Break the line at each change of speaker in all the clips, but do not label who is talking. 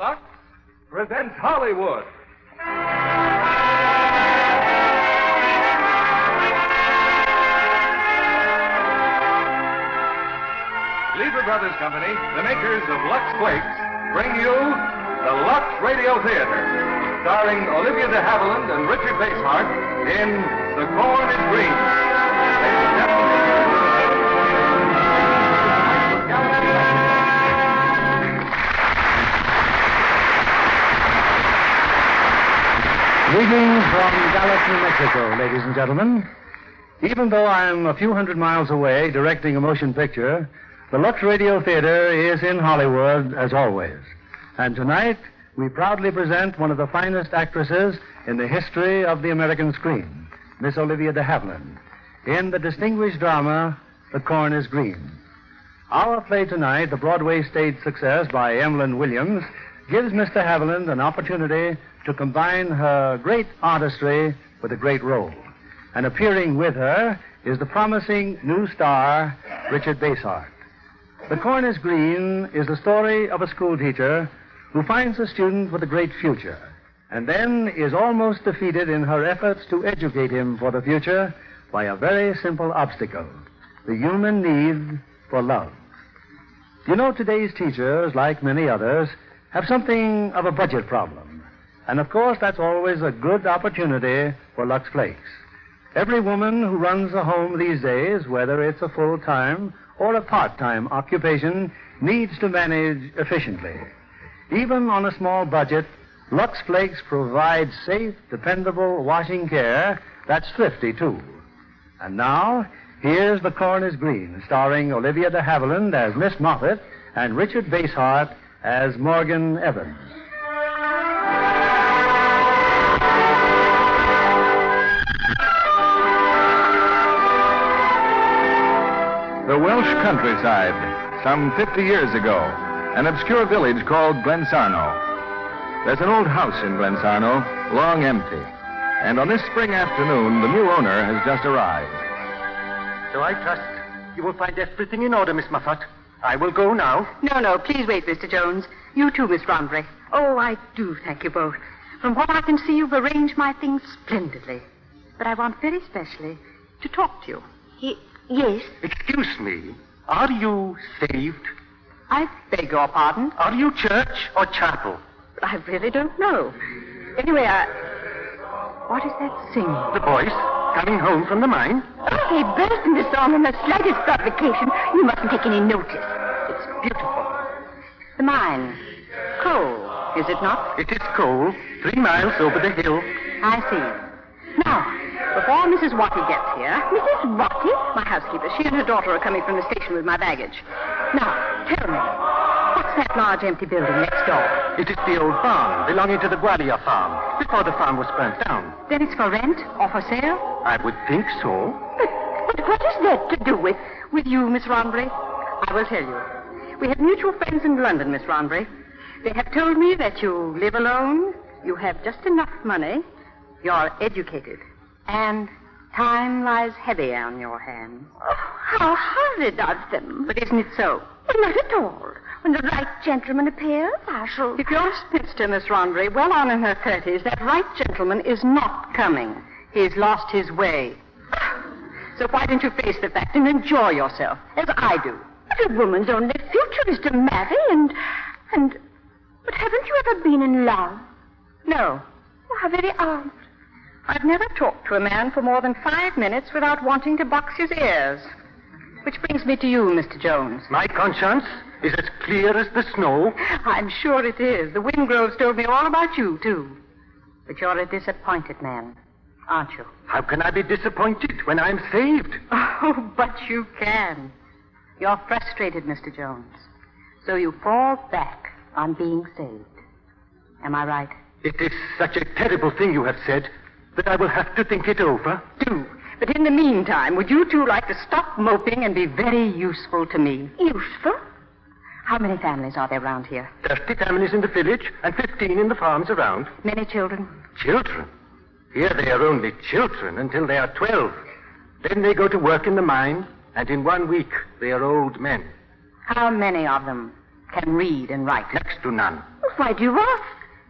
Lux presents Hollywood. Lever Brothers Company, the makers of Lux Flakes, bring you the Lux Radio Theater, starring Olivia de Havilland and Richard Basehart in The Corn is Green.
Greetings from Gallup, New Mexico, ladies and gentlemen. Even though I'm a few hundred miles away directing a motion picture, the Lux Radio Theater is in Hollywood as always. And tonight, we proudly present one of the finest actresses in the history of the American screen, Miss Olivia de Havilland, in the distinguished drama, The Corn is Green. Our play tonight, the Broadway stage success by Emlyn Williams, gives Miss de Havilland an opportunity to combine her great artistry with a great role. And appearing with her is the promising new star, Richard Basehart. The Corn is Green is the story of a schoolteacher who finds a student with a great future and then is almost defeated in her efforts to educate him for the future by a very simple obstacle the human need for love. You know, today's teachers, like many others, have something of a budget problem. And of course, that's always a good opportunity for Lux Flakes. Every woman who runs a home these days, whether it's a full time or a part time occupation, needs to manage efficiently. Even on a small budget, Lux Flakes provides safe, dependable washing care that's thrifty, too. And now, here's The Corn is Green, starring Olivia de Havilland as Miss Moffat and Richard Basehart as Morgan Evans.
The Welsh countryside, some 50 years ago, an obscure village called Glensarno. There's an old house in Glensarno, long empty. And on this spring afternoon, the new owner has just arrived.
So I trust you will find everything in order, Miss Moffat. I will go now.
No, no, Oh, please wait, Mr. Jones. You too, Miss Ronbury. Oh, I do thank you both. From what I can see, you've arranged my things splendidly. But I want very specially to talk to you. He, yes?
Excuse me. Are you saved?
I beg your pardon?
Are you church or chapel?
I really don't know. Anyway, I... What is that singing?
The boys coming home from the mine?
Hey, Burton, Miss Ormond, the slightest provocation. You mustn't take any notice. It's beautiful. The mine. Coal, is it not?
It is coal, three miles over the hill.
I see. Now, before Mrs. Watty gets here. Mrs. Watty? My housekeeper. She and her daughter are coming from the station with my baggage. Now, tell me, what's that large empty building next door?
It is the old barn belonging to the Guadia farm, before the farm was burnt down.
Then it's for rent or for sale?
I would think so.
But, but what is that to do with, with you, Miss Ronbury? I will tell you. We have mutual friends in London, Miss Ronbury. They have told me that you live alone, you have just enough money, you're educated, and time lies heavy on your hands.
Oh, how horrid of them.
But isn't it so?
Well, not at all. When the right gentleman appears, I shall.
If you're a spinster, Miss Ronbury, well on in her thirties, that right gentleman is not coming. He's lost his way. So why don't you face the fact and enjoy yourself, as I do?
But a woman's only future is to marry and. and. But haven't you ever been in love?
No,
Oh, how very odd.
I've never talked to a man for more than five minutes without wanting to box his ears. Which brings me to you, Mr. Jones.
My conscience is as clear as the snow.
I'm sure it is. The Wingroves told me all about you, too. But you're a disappointed man, aren't you?
How can I be disappointed when I'm saved?
Oh, but you can. You're frustrated, Mr. Jones. So you fall back on being saved. Am I right?
It is such a terrible thing you have said that I will have to think it over.
Do. But in the meantime, would you two like to stop moping and be very useful to me?
Useful?
How many families are there round here?
Thirty families in the village and fifteen in the farms around.
Many children?
Children? Here they are only children until they are twelve. Then they go to work in the mine, and in one week they are old men.
How many of them can read and write?
Next to none.
Why do you ask?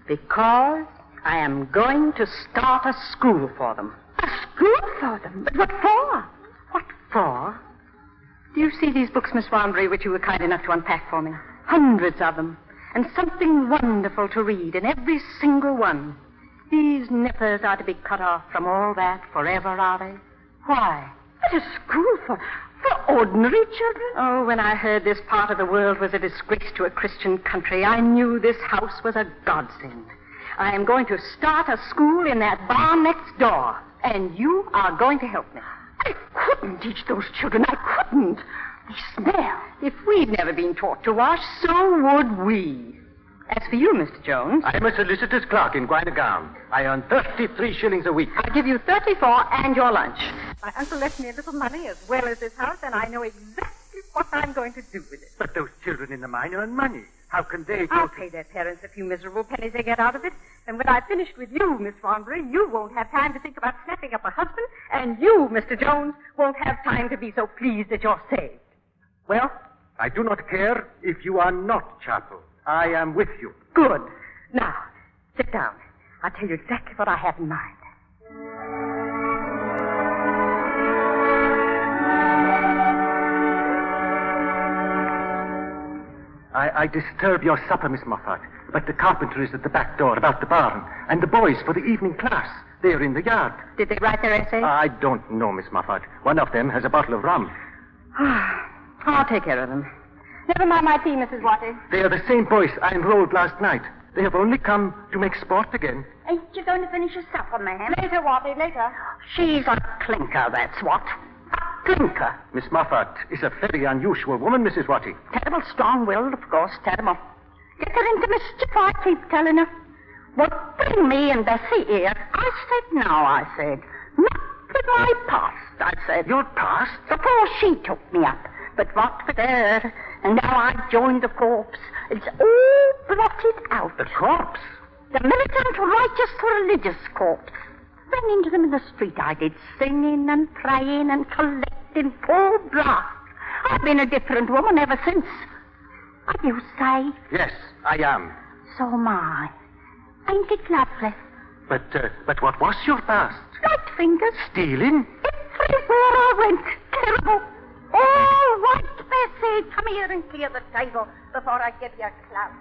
Because I am going to start a school for them.
A school for them? But what for?
What for? Do you see these books, Miss Wanbury, which you were kind enough to unpack for me? Hundreds of them. And something wonderful to read in every single one. These nippers are to be cut off from all that forever, are they? Why?
But a school for, for ordinary children?
Oh, when I heard this part of the world was a disgrace to a Christian country, I knew this house was a godsend. I am going to start a school in that barn next door, and you are going to help me.
I couldn't teach those children. I couldn't. They smell.
If we'd never been taught to wash, so would we. As for you, Mr. Jones,
I'm a solicitor's clerk in Guinegown. I earn 33 shillings a week.
I'll give you 34 and your lunch.
My uncle left me a little money as well as this house, and I know exactly what I'm going to do with it.
But those children in the mine earn money. How can they? go
I'll
to-
pay their parents a few miserable pennies they get out of it. And when I've finished with you, Miss Wanbury, you won't have time to think about snapping up a husband, and you, Mr. Jones, won't have time to be so pleased that you're saved.
Well, I do not care if you are not chapel. I am with you.
Good. Now, sit down. I'll tell you exactly what I have in mind.
I, I disturb your supper, Miss Moffat. But the carpenter is at the back door about the barn, and the boys for the evening class. They are in the yard.
Did they write their essay?
I don't know, Miss Moffat. One of them has a bottle of rum.
I'll take care of them.
Never mind my tea, Mrs. Watty.
They are the same boys I enrolled last night. They have only come to make sport again.
Ain't you going to finish your supper, ma'am?
Later, Watty, later. She's a clinker, that's what. A clinker.
Miss Moffat is a very unusual woman, Mrs. Watty.
Terrible strong-willed, of course, terrible.
Get her into mischief, I keep telling her.
Well, bring me and Bessie here. I said no, I said. Not with my past, I said.
Your past?
Before she took me up, but what with her, and now I've joined the corpse, it's all blotted out.
The corpse?
The militant righteous religious corpse. Ran into them in the street, I did, singing and praying and collecting full blast. I've been a different woman ever since. Are you safe?
Yes, I am.
So am I. Ain't it lovely?
But, uh, but what was your past?
Right fingers.
Stealing?
Everywhere I went, terrible.
All right, Bessie, come here and clear the table before I give you a clout.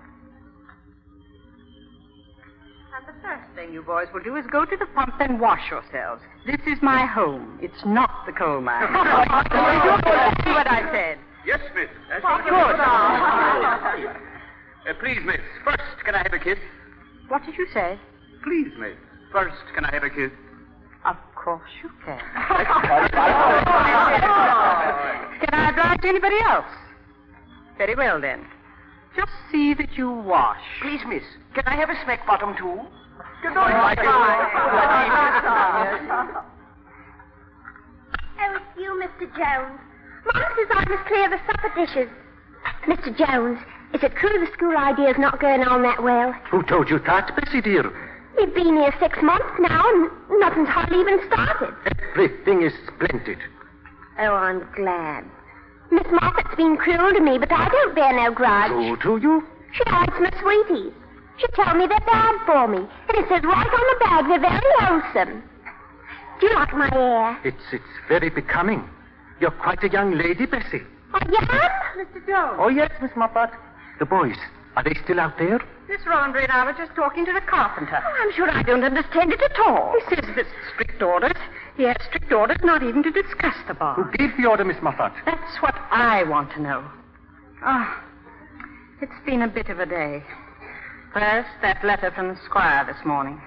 And the first thing you boys will do is go to the pump and wash yourselves. This is my home. It's not the coal mine. See what I said.
Yes, miss. That's
Good.
Uh, please, miss. First, can I have a kiss?
What did you say?
Please, miss. First, can I have a kiss?
Of course you can. can I oblige anybody else? Very well, then. Just see that you wash.
Please, miss. Can I have a smack bottom, too?
Oh, it's you, Mr. Jones. Mom says I must clear the supper dishes. Mr. Jones, is it true the school idea's not going on that well?
Who told you that, Bessie, dear?
We've been here six months now, and nothing's hardly even started.
Everything is splendid.
Oh, I'm glad. Miss Moffat's been cruel to me, but I don't bear no grudge.
Who to you?
She hides my sweeties. She told me they're bad for me, and it says right on the bag they're very wholesome. Do you like my hair?
It's, it's very becoming. You're quite a young lady, Bessie.
I am.
Mr. Jones,
Oh, yes, Miss Moffat. The boys, are they still out there?
Miss Ronbury and I were just talking to the carpenter.
Oh,
I'm sure I don't understand it at all. He says that strict orders. He has strict orders not even to discuss the
Who
bar.
gave the order, Miss Moffat?
That's what I want to know. Ah, it's been a bit of a day. First, that letter from the squire this morning.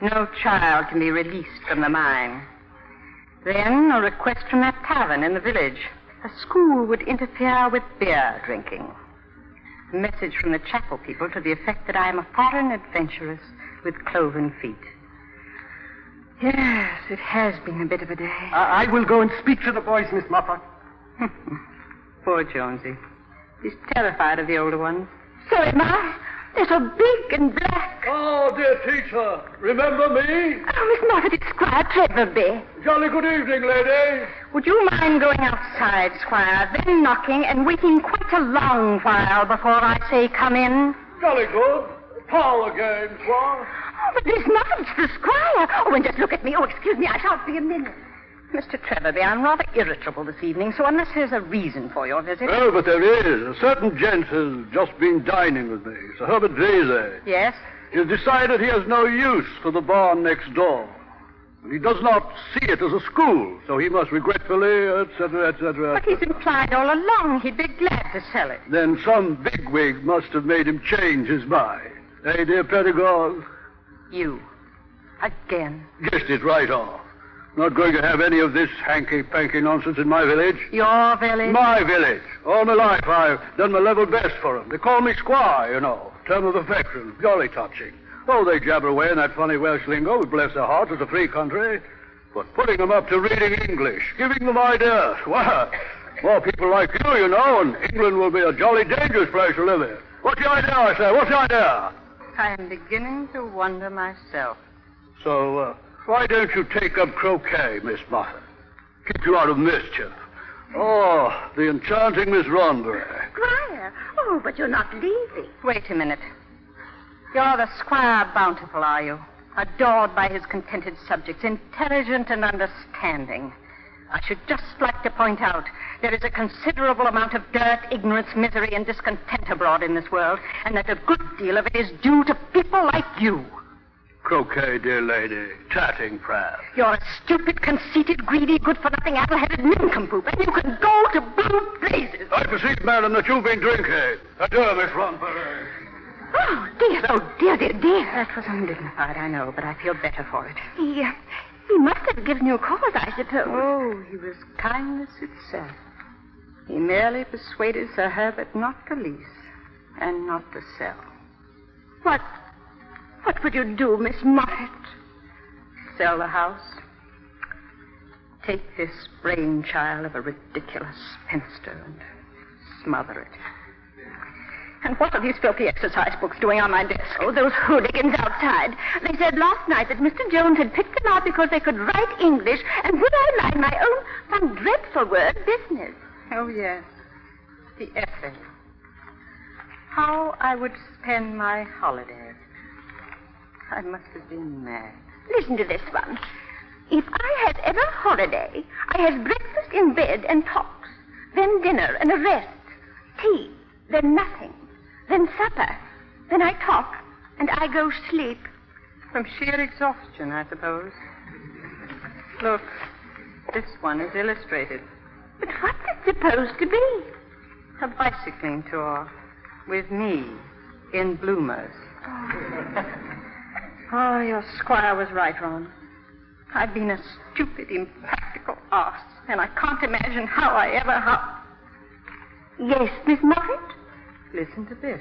No child can be released from the mine. Then a request from that tavern in the village. A school would interfere with beer drinking. Message from the chapel people to the effect that I am a foreign adventuress with cloven feet. Yes, it has been a bit of a day.
I, I will go and speak to the boys, Miss Moffat.
Poor Jonesy. He's terrified of the older ones.
So am I. They're so big and black.
Oh, dear teacher, remember me?
Oh, Miss Moffat, it's Squire Trevorby.
Jolly good evening, lady.
Would you mind going outside, Squire, then knocking and waiting quite a long while before I say come in?
Jolly good. Call again, Swan.
Oh, but Miss Moffat, it's the Squire. Oh, and just look at me. Oh, excuse me, I shan't be a minute.
Mr. Trevorby, I'm rather irritable this evening, so unless there's a reason for your visit.
Oh,
uh,
but there is. A certain gent has just been dining with me, Sir Herbert Vasey.
Yes?
He has decided he has no use for the barn next door. And he does not see it as a school, so he must regretfully, etc., etc.
But he's implied all along he'd be glad to sell it.
Then some bigwig must have made him change his mind. Eh, dear Pettigold?
You. Again.
Guessed it right off. Not going to have any of this hanky-panky nonsense in my village.
Your village?
My village. All my life I've done my level best for 'em. They call me squire, you know. Term of affection. Jolly touching. Oh, they jabber away in that funny Welsh lingo. Bless their hearts, it's a free country. But putting 'em up to reading English, giving them ideas. Why, more people like you, you know, and England will be a jolly dangerous place to live in. What's the idea, I say? What's the idea?
I'm beginning to wonder myself.
So, uh, why don't you take up croquet, Miss Moffat? Keep you out of mischief. Oh, the enchanting Miss Ronbury.
Squire? Oh, but you're not leaving.
Wait a minute. You're the Squire Bountiful, are you? Adored by his contented subjects, intelligent and understanding. I should just like to point out there is a considerable amount of dirt, ignorance, misery, and discontent abroad in this world, and that a good deal of it is due to people like you.
Croquet, dear lady. Tatting, perhaps.
You're a stupid, conceited, greedy, good-for-nothing, apple-headed nincompoop, and you can go to blue blazes.
I perceive, madam, that you've been drinking. Adieu, Miss Ronbury.
Oh, dear, oh, dear, dear, dear.
That was undignified, I know, but I feel better for it.
He, uh, he must have given you cause, I suppose.
Oh, he was kindness itself. He merely persuaded Sir Herbert not to lease and not to sell.
What, what would you do, Miss Moffat?
Sell the house. Take this brainchild of a ridiculous spinster and smother it.
And what are these filthy exercise books doing on my desk? Oh, those hooligans outside. They said last night that Mr. Jones had picked them out because they could write English, and would I mind my own, some dreadful word, business?
Oh, yes. The essay. How I would spend my holidays. I must have been mad.
Listen to this one. If I have ever holiday, I have breakfast in bed and talks, then dinner and a rest, tea, then nothing, then supper, then I talk, and I go sleep.
From sheer exhaustion, I suppose. Look, this one is illustrated.
But what's it supposed to be?
A bicycling tour with me in bloomers. Oh, your squire was right, Ron. I've been a stupid, impractical ass, and I can't imagine how I ever. How...
Yes, Miss Moffat?
Listen to this.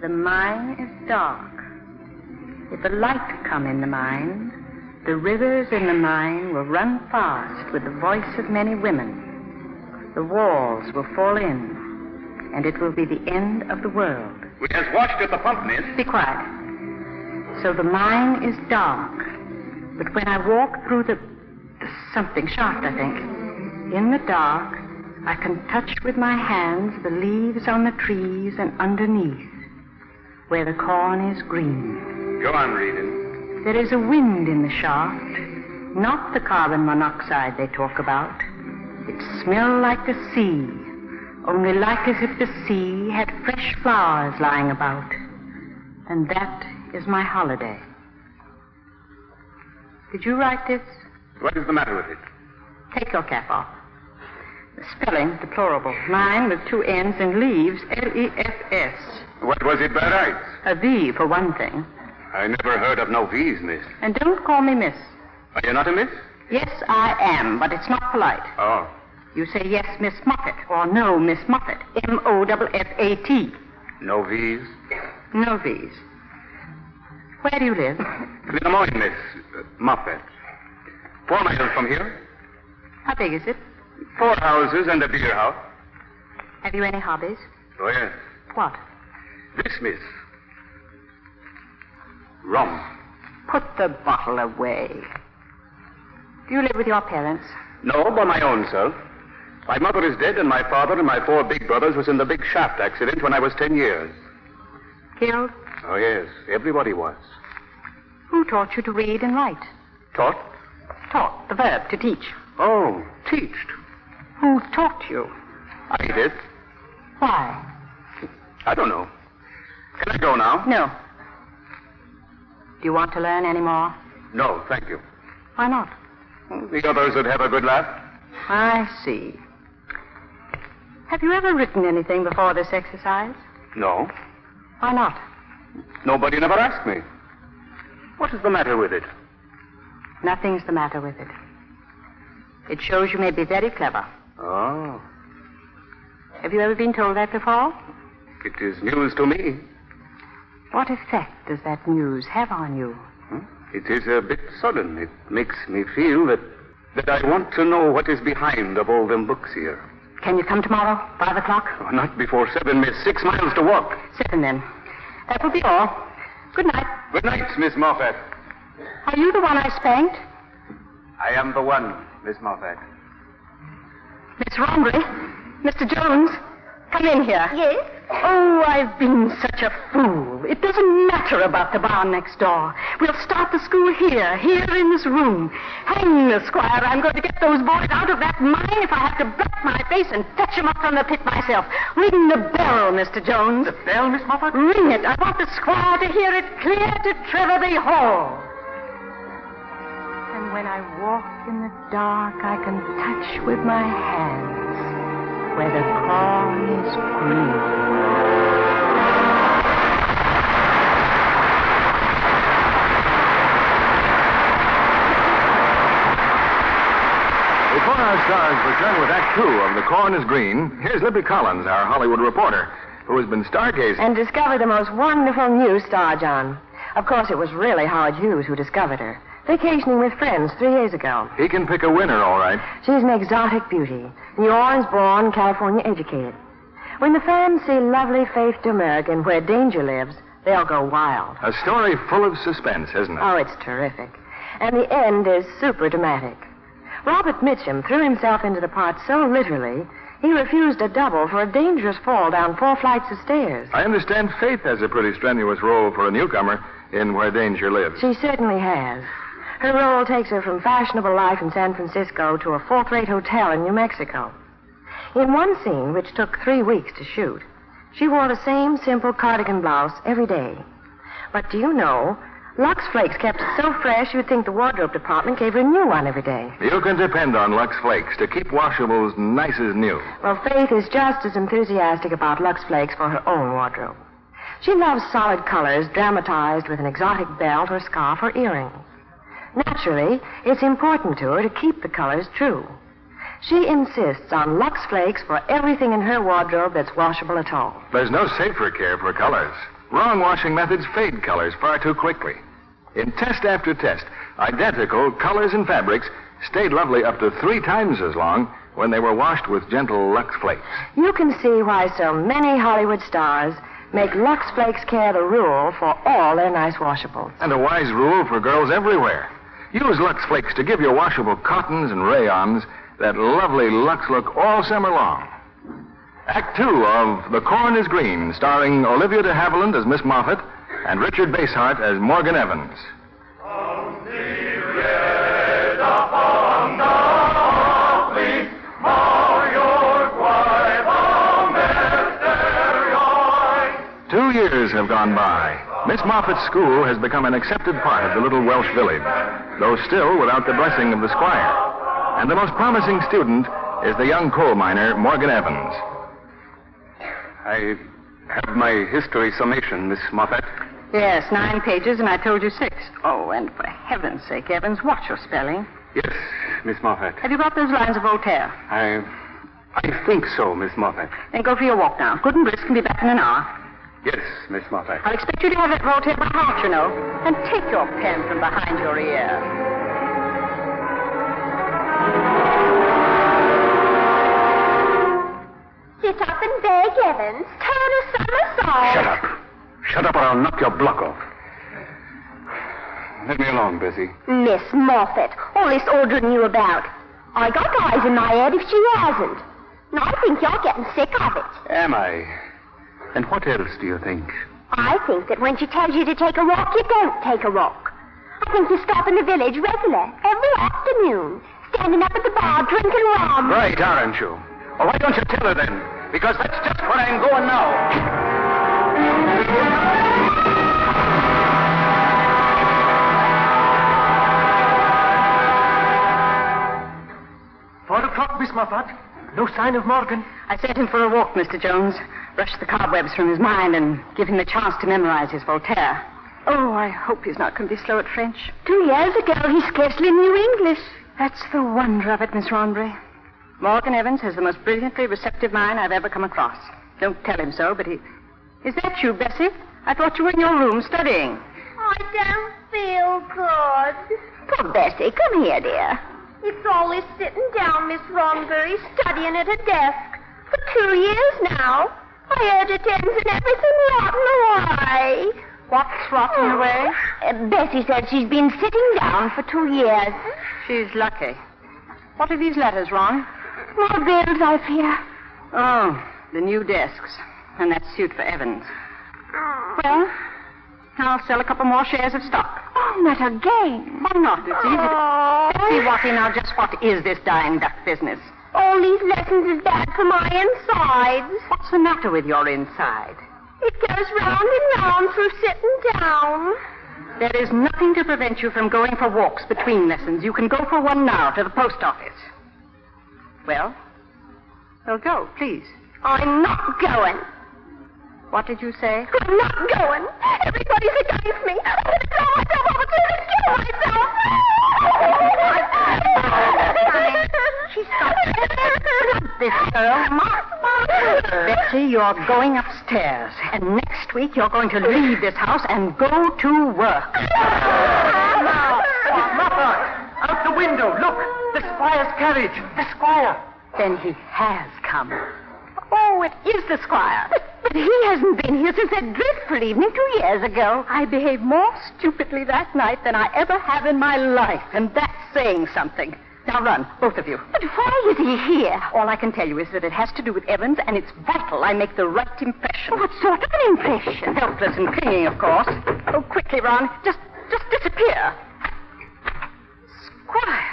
The mine is dark. If the light come in the mine, the rivers in the mine will run fast with the voice of many women. The walls will fall in, and it will be the end of the world.
Which has washed at the pump, miss.
Be quiet. So the mine is dark. But when I walk through the, the, something shaft, I think, in the dark, I can touch with my hands the leaves on the trees and underneath, where the corn is green.
Go on reading.
There is a wind in the shaft, not the carbon monoxide they talk about. It smells like the sea, only like as if the sea had fresh flowers lying about. And that is my holiday. Did you write this?
What is the matter with it?
Take your cap off. The spelling, deplorable. Mine with two N's and leaves, L E F S.
What was it by rights?
A V, for one thing.
I never heard of no V's, miss.
And don't call me miss.
Are you not a miss?
Yes, I am, but it's not polite.
Oh.
You say yes, Miss Moffat, or no, Miss Moffat. M O F F A T.
No V's?
No V's. Where do you live?
Des Moines, miss. Uh, Moffat. Four miles from here.
How big is it?
Four houses and a beer house.
Have you any hobbies?
Oh, yes.
What?
This, miss. Rum.
Put the bottle away. Do you live with your parents?
No, by my own self. My mother is dead, and my father and my four big brothers was in the big shaft accident when I was ten years.
Killed?
Oh, yes. Everybody was.
Who taught you to read and write?
Taught?
Taught, the verb, to teach.
Oh, teached.
Who taught you?
I did.
Why?
I don't know. Can I go now?
No. Do you want to learn any more?
No, thank you.
Why not?
The others would have a good laugh.
I see. Have you ever written anything before this exercise?
No.
Why not?
Nobody never asked me. What is the matter with it?
Nothing's the matter with it. It shows you may be very clever.
Oh,
Have you ever been told that before?
it is news to me.
What effect does that news have on you?
It is a bit sudden. It makes me feel that that I want to know what is behind of all them books here.
Can you come tomorrow, five o'clock?
Oh, not before seven, miss. Six miles to walk.
Seven then. That will be all. Good night.
Good night, Miss Moffat.
Are you the one I spanked?
I am the one, Miss Moffat.
Miss Rombury? Mr. Jones? Come in here.
Yes?
Oh, I've been such a fool. It doesn't matter about the barn next door. We'll start the school here, here in this room. Hang the squire. I'm going to get those boys out of that mine if I have to black my face and fetch 'em up from the pit myself. Ring the bell, Mr. Jones. The bell, Miss Moffat? Ring it. I want the squire to hear it clear to Trevor Hall. And when I walk in the dark, I can touch with my hands where the corn is green.
Before our stars return with Act Two of The Corn is Green, here's Libby Collins, our Hollywood reporter, who has been stargazing.
And discovered the most wonderful new star, John. Of course, it was really Howard Hughes who discovered her. Vacationing with friends three years ago.
He can pick a winner, all right.
She's an exotic beauty, New Orleans born, California educated. When the fans see lovely Faith Demerick in Where Danger Lives, they'll go wild.
A story full of suspense, isn't it?
Oh, it's terrific. And the end is super dramatic. Robert Mitchum threw himself into the part so literally, he refused a double for a dangerous fall down four flights of stairs.
I understand Faith has a pretty strenuous role for a newcomer in Where Danger Lives.
She certainly has. Her role takes her from fashionable life in San Francisco to a fourth rate hotel in New Mexico. In one scene, which took three weeks to shoot, she wore the same simple cardigan blouse every day. But do you know, Lux Flakes kept it so fresh you'd think the wardrobe department gave her a new one every day.
You can depend on Lux Flakes to keep washables nice as new.
Well, Faith is just as enthusiastic about Lux Flakes for her own wardrobe. She loves solid colors dramatized with an exotic belt or scarf or earring. Naturally, it's important to her to keep the colors true. She insists on Lux Flakes for everything in her wardrobe that's washable at all.
There's no safer care for colors. Wrong washing methods fade colors far too quickly. In test after test, identical colors and fabrics stayed lovely up to three times as long when they were washed with gentle Lux Flakes.
You can see why so many Hollywood stars make Lux Flakes care the rule for all their nice washables.
And a wise rule for girls everywhere. Use Lux Flakes to give your washable cottons and rayons that lovely Lux look all summer long. Act two of The Corn is Green, starring Olivia de Havilland as Miss Moffat and Richard Basehart as Morgan Evans. Two years have gone by. Miss Moffat's school has become an accepted part of the little Welsh village, though still without the blessing of the squire. And the most promising student is the young coal miner, Morgan Evans.
I have my history summation, Miss Moffat.
Yes, nine pages, and I told you six. Oh, and for heaven's sake, Evans, watch your spelling.
Yes,
Miss Moffat.
Have you got those lines of Voltaire?
I. I think so, Miss Moffat.
Then go for your walk now. Good and brisk and be back in an hour.
Yes, Miss Moffat.
I'll expect you to have that Voltaire by heart, you know. And take your pen from behind your ear.
Sit up and beg, Evans. Turn a somersault.
Shut up. Shut up or I'll knock your block off. Let me alone, Bessie.
Miss Moffat, all this Audra knew about. I got eyes in my head if she hasn't. And I think you're getting sick of it.
Am I? And what else do you think?
I think that when she tells you to take a walk, you don't take a walk. I think you stop in the village regular, every afternoon, standing up at the bar drinking rum.
Right, aren't you? Well, why don't you tell her then? Because that's just where I'm going now.
Four o'clock, Miss Moffat. No sign of Morgan.
I sent him for a walk, Mr. Jones. Brush the cobwebs from his mind and give him the chance to memorize his Voltaire. Oh, I hope he's not going to be slow at French.
Two years ago, he scarcely knew English.
That's the wonder of it, Miss Ronbury. Morgan Evans has the most brilliantly receptive mind I've ever come across. Don't tell him so, but he. Is that you, Bessie? I thought you were in your room studying.
I don't feel good. Poor Bessie, come here, dear. It's always sitting down, Miss Ronbury, studying at a desk. For two years now. I heard it ends and everything rotten away. What's rotten away? Bessie said she's been sitting down for two years.
She's lucky. What are these letters, Ron?
More bills, I fear.
Oh, the new desks. And that suit for Evans. Well, I'll sell a couple more shares of stock.
Oh, not again. Oh.
Why not? It's easy to. Bessie Watty, now just what is this dying duck business?
All these lessons is bad for my insides.
What's the matter with your inside?
It goes round and round through sitting down.
There is nothing to prevent you from going for walks between lessons. You can go for one now to the post office. Well? Well, go, please.
I'm not going.
What did you say?
I'm not going. Everybody's against me. I'm going to throw myself over to and kill myself.
She's got this girl. Betsy, you're going upstairs. And next week, you're going to leave this house and go to work.
Now, Miss Moffat, out the window. Look, the squire's carriage. The squire.
Then he has come. Oh, it is the squire. But he hasn't been here since that dreadful evening two years ago. I behaved more stupidly that night than I ever have in my life, and that's saying something. Now run, both of you.
But why is he here?
All I can tell you is that it has to do with Evans, and it's vital I make the right impression.
What sort of an impression?
Helpless and clinging, of course. Oh, quickly, Ron. Just, just disappear. Squire,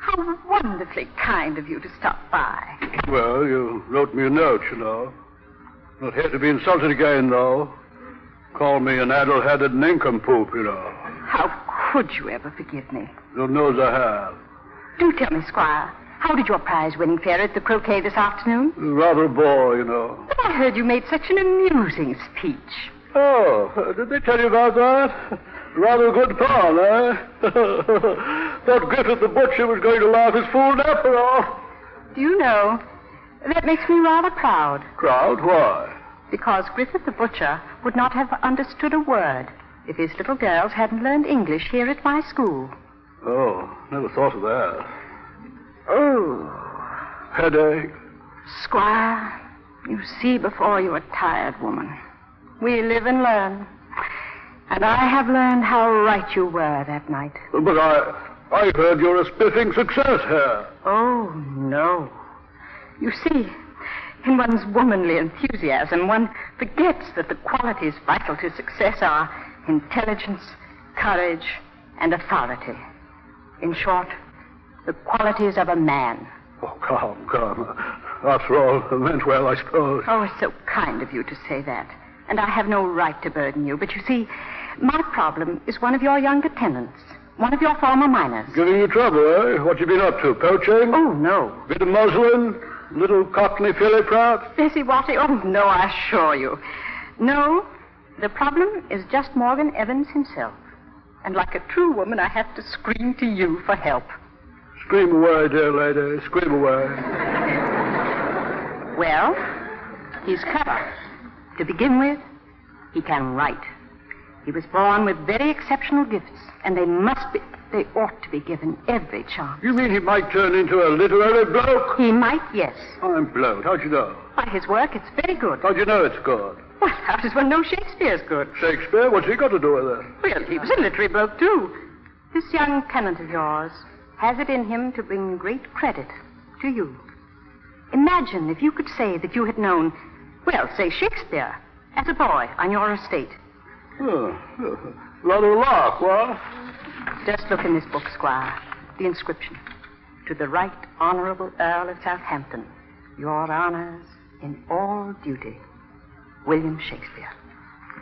how wonderfully kind of you to stop by.
Well, you wrote me a note, you know. Not here to be insulted again, though. Call me an addle-headed nincompoop, you know.
How could you ever forgive me?
Lord knows I have.
Do tell me, Squire, how did your prize-winning fair at the croquet this afternoon?
Rather a bore, you know.
But I heard you made such an amusing speech.
Oh, uh, did they tell you about that? Rather a good pawn, eh? Thought Griffith the butcher was going to laugh his fool after all.
Do you know, that makes me rather proud.
Crowd, why?
Because Griffith the butcher would not have understood a word if his little girls hadn't learned English here at my school.
Oh, never thought of that.
Oh,
Headache.
Squire, you see before you a tired woman. We live and learn. And I have learned how right you were that night.
But I, I've heard you're a spiffing success here.
Oh, no. You see, in one's womanly enthusiasm, one forgets that the qualities vital to success are intelligence, courage, and authority. In short, the qualities of a man.
Oh, come, come. After all, I meant well, I suppose.
Oh, it's so kind of you to say that. And I have no right to burden you. But you see, my problem is one of your younger tenants, one of your former miners.
Giving you trouble, eh? What you been up to? Poaching?
Oh, no.
Bit of muslin? Little cockney filly, perhaps?
Bessie Watty, oh, no, I assure you. No, the problem is just Morgan Evans himself. And like a true woman, I have to scream to you for help.
Scream away, dear lady. Scream away.
Well, he's clever. To begin with, he can write. He was born with very exceptional gifts, and they must be, they ought to be given every chance.
You mean he might turn into a literary bloke?
He might, yes.
I'm blowed. How'd you know?
By his work, it's very good.
How'd you know it's good?
Well, how does one know Shakespeare's good?
Shakespeare? What's he got to do with it?
Well, he was a literary bloke, too. This young tenant of yours has it in him to bring great credit to you. Imagine if you could say that you had known, well, say Shakespeare, as a boy on your estate.
Oh, lot of luck, what?
Just look in this book, Squire. The inscription. To the Right Honorable Earl of Southampton, your honors in all duty. William Shakespeare.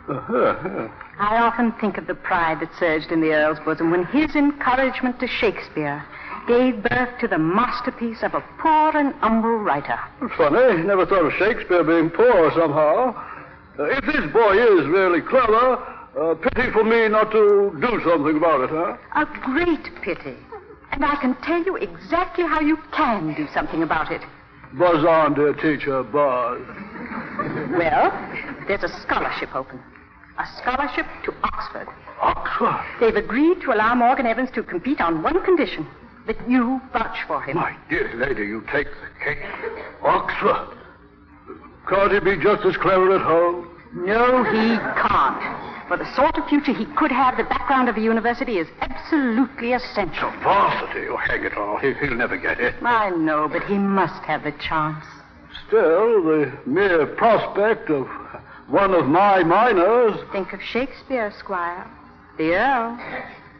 Uh-huh.
I often think of the pride that surged in the Earl's bosom when his encouragement to Shakespeare gave birth to the masterpiece of a poor and humble writer.
Funny. Never thought of Shakespeare being poor somehow. Uh, if this boy is really clever, uh, pity for me not to do something about it, huh?
A great pity. And I can tell you exactly how you can do something about it.
Buzz on, dear teacher, buzz.
Well, there's a scholarship open. A scholarship to Oxford.
Oxford?
They've agreed to allow Morgan Evans to compete on one condition that you vouch for him.
My dear lady, you take the cake. Oxford. Can't he be just as clever at home?
No, he can't. For the sort of future he could have, the background of a university is absolutely essential.
Varsity, oh, hang it all. He, he'll never get it.
I know, but he must have the chance.
Still, the mere prospect of one of my minors.
Think of Shakespeare, Squire. The Earl.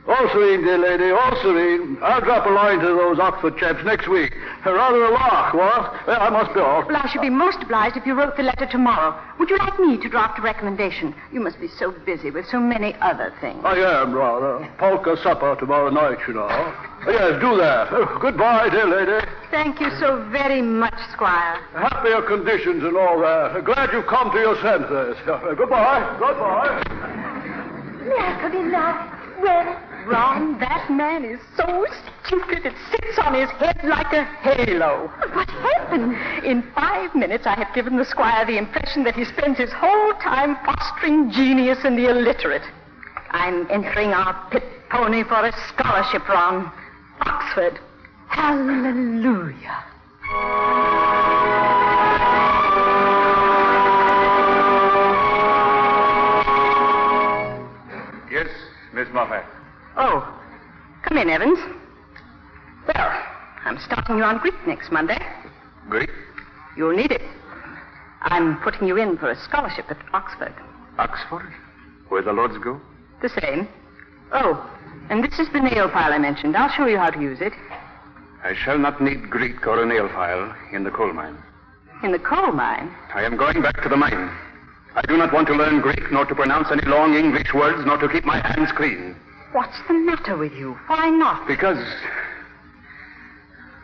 All serene, dear lady, all serene. I'll drop a line to those Oxford chaps next week. Rather a lark, what? Well, I must be off.
Well, I should be most obliged if you wrote the letter tomorrow. Would you like me to draft a recommendation? You must be so busy with so many other things.
I am, rather. Polka supper tomorrow night, you know. Yes, do that. Oh, Goodbye, dear lady.
Thank you so very much, Squire.
Happier conditions and all that. Glad you've come to your senses. Goodbye. Goodbye.
Mercury, love. Well,
Ron, that man is so stupid it sits on his head like a halo.
What happened?
In five minutes, I have given the squire the impression that he spends his whole time fostering genius in the illiterate. I'm entering our pit pony for a scholarship, Ron. Oxford. Hallelujah.
Yes, Miss Moffat.
Oh, come in, Evans. Well, I'm starting you on Greek next Monday.
Greek?
You'll need it. I'm putting you in for a scholarship at Oxford.
Oxford? Where the lords go?
The same. Oh, and this is the nail file I mentioned. I'll show you how to use it.
I shall not need Greek or a nail file in the coal mine.
In the coal mine?
I am going back to the mine. I do not want to learn Greek, nor to pronounce any long English words, nor to keep my hands clean.
What's the matter with you? Why not?
Because.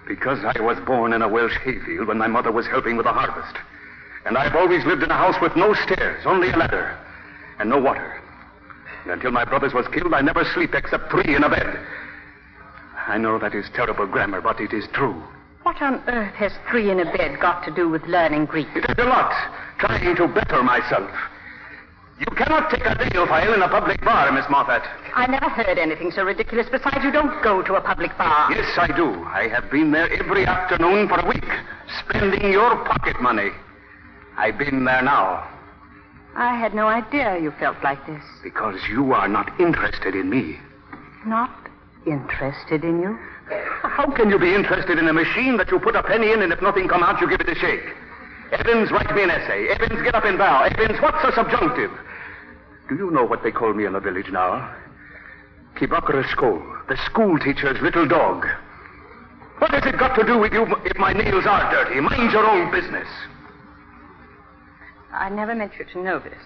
Because I was born in a Welsh hayfield when my mother was helping with the harvest. And I've always lived in a house with no stairs, only a ladder, and no water. And until my brothers was killed, I never sleep except three in a bed. I know that is terrible grammar, but it is true.
What on earth has three in a bed got to do with learning Greek?
It is a lot, trying to better myself. You cannot take a nail file in a public bar, Miss Moffat.
I never heard anything so ridiculous. Besides, you don't go to a public bar.
Yes, I do. I have been there every afternoon for a week, spending your pocket money. I've been there now
I had no idea you felt like this.
because you are not interested in me.
Not interested in you?
How can you be interested in a machine that you put a penny in and if nothing come out, you give it a shake? Evans, write me an essay. Evans, get up and bow. Evans, what's a subjunctive? Do you know what they call me in the village now? Kibakra School, the school teacher's little dog. What has it got to do with you if my nails are dirty? Mind your own business.
I never meant you to know this.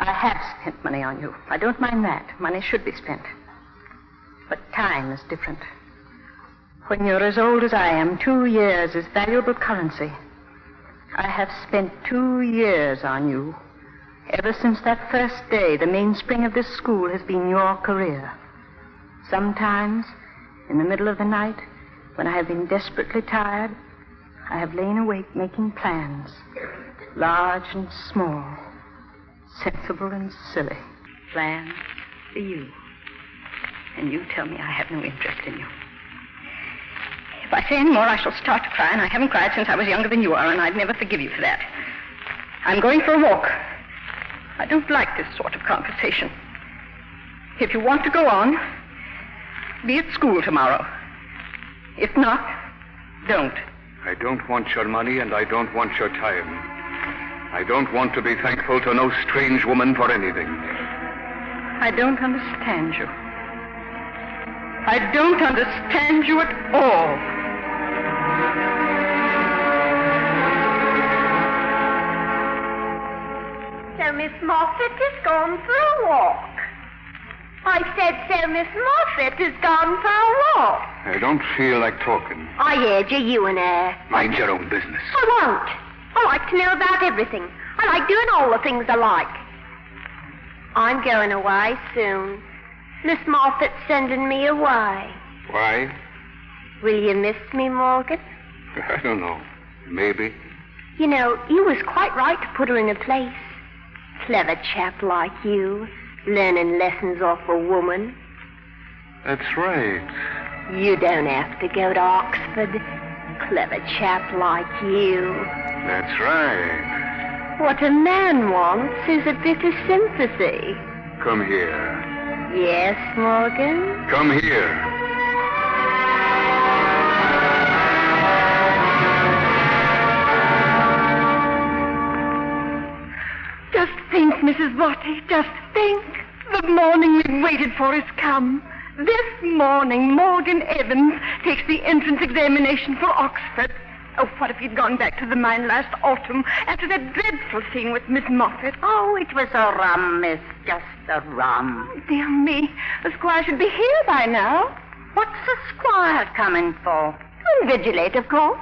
I have spent money on you. I don't mind that. Money should be spent. But time is different. When you're as old as I am, two years is valuable currency. I have spent two years on you. Ever since that first day, the mainspring of this school has been your career. Sometimes In the middle of the night, when I have been desperately tired, I have lain awake making plans, large and small, sensible and silly. Plans for you. And you tell me I have no interest in you. If I say any more, I shall start to cry, and I haven't cried since I was younger than you are, and I'd never forgive you for that. I'm going for a walk. I don't like this sort of conversation. If you want to go on, be at school tomorrow. If not, don't.
I don't want your money and I don't want your time. I don't want to be thankful to no strange woman for anything.
I don't understand you. I don't understand you at all.
So Miss Moffat has gone for a walk. I said so Miss Moffat has gone for a walk.
I don't feel like talking.
I heard you, you and her.
Mind your own business.
I won't. I like to know about everything. I like doing all the things I like. I'm going away soon. Miss Moffat's sending me away.
Why?
Will you miss me, Morgan?
I don't know. Maybe.
You know, you was quite right to put her in a place. Clever chap like you, learning lessons off a woman.
That's right.
You don't have to go to Oxford. Clever chap like you.
That's right.
What a man wants is a bit of sympathy.
Come here.
Yes, Morgan?
Come here.
Just think, Mrs. Watty, just think. The morning we've waited for has come. This morning, Morgan Evans takes the entrance examination for Oxford. Oh, what if he'd gone back to the mine last autumn after that dreadful scene with Miss Moffat? Oh, it was a rum, Miss, just
The rum.
Oh, Dear me, the squire should be here by now. What's the squire coming for? To invigilate, of course.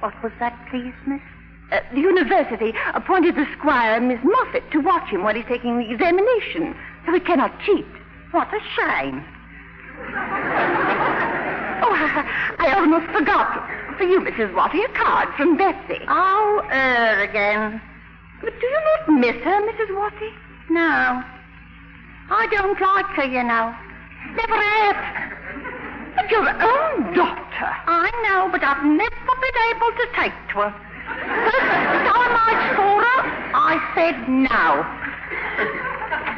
What was that, please, miss? Uh, the university appointed the squire and Miss Moffat to watch him while he's taking the examination, so he cannot cheat. What a shame. oh, I, I almost forgot. For you, Mrs. Watty, a card from Betsy. Oh, her again. But do you not miss her, Mrs. Watty?
No. I don't like her, you know. Never have.
But your own daughter. I know, but I've never been able to take to her. First time Oh, I saw her, I said no.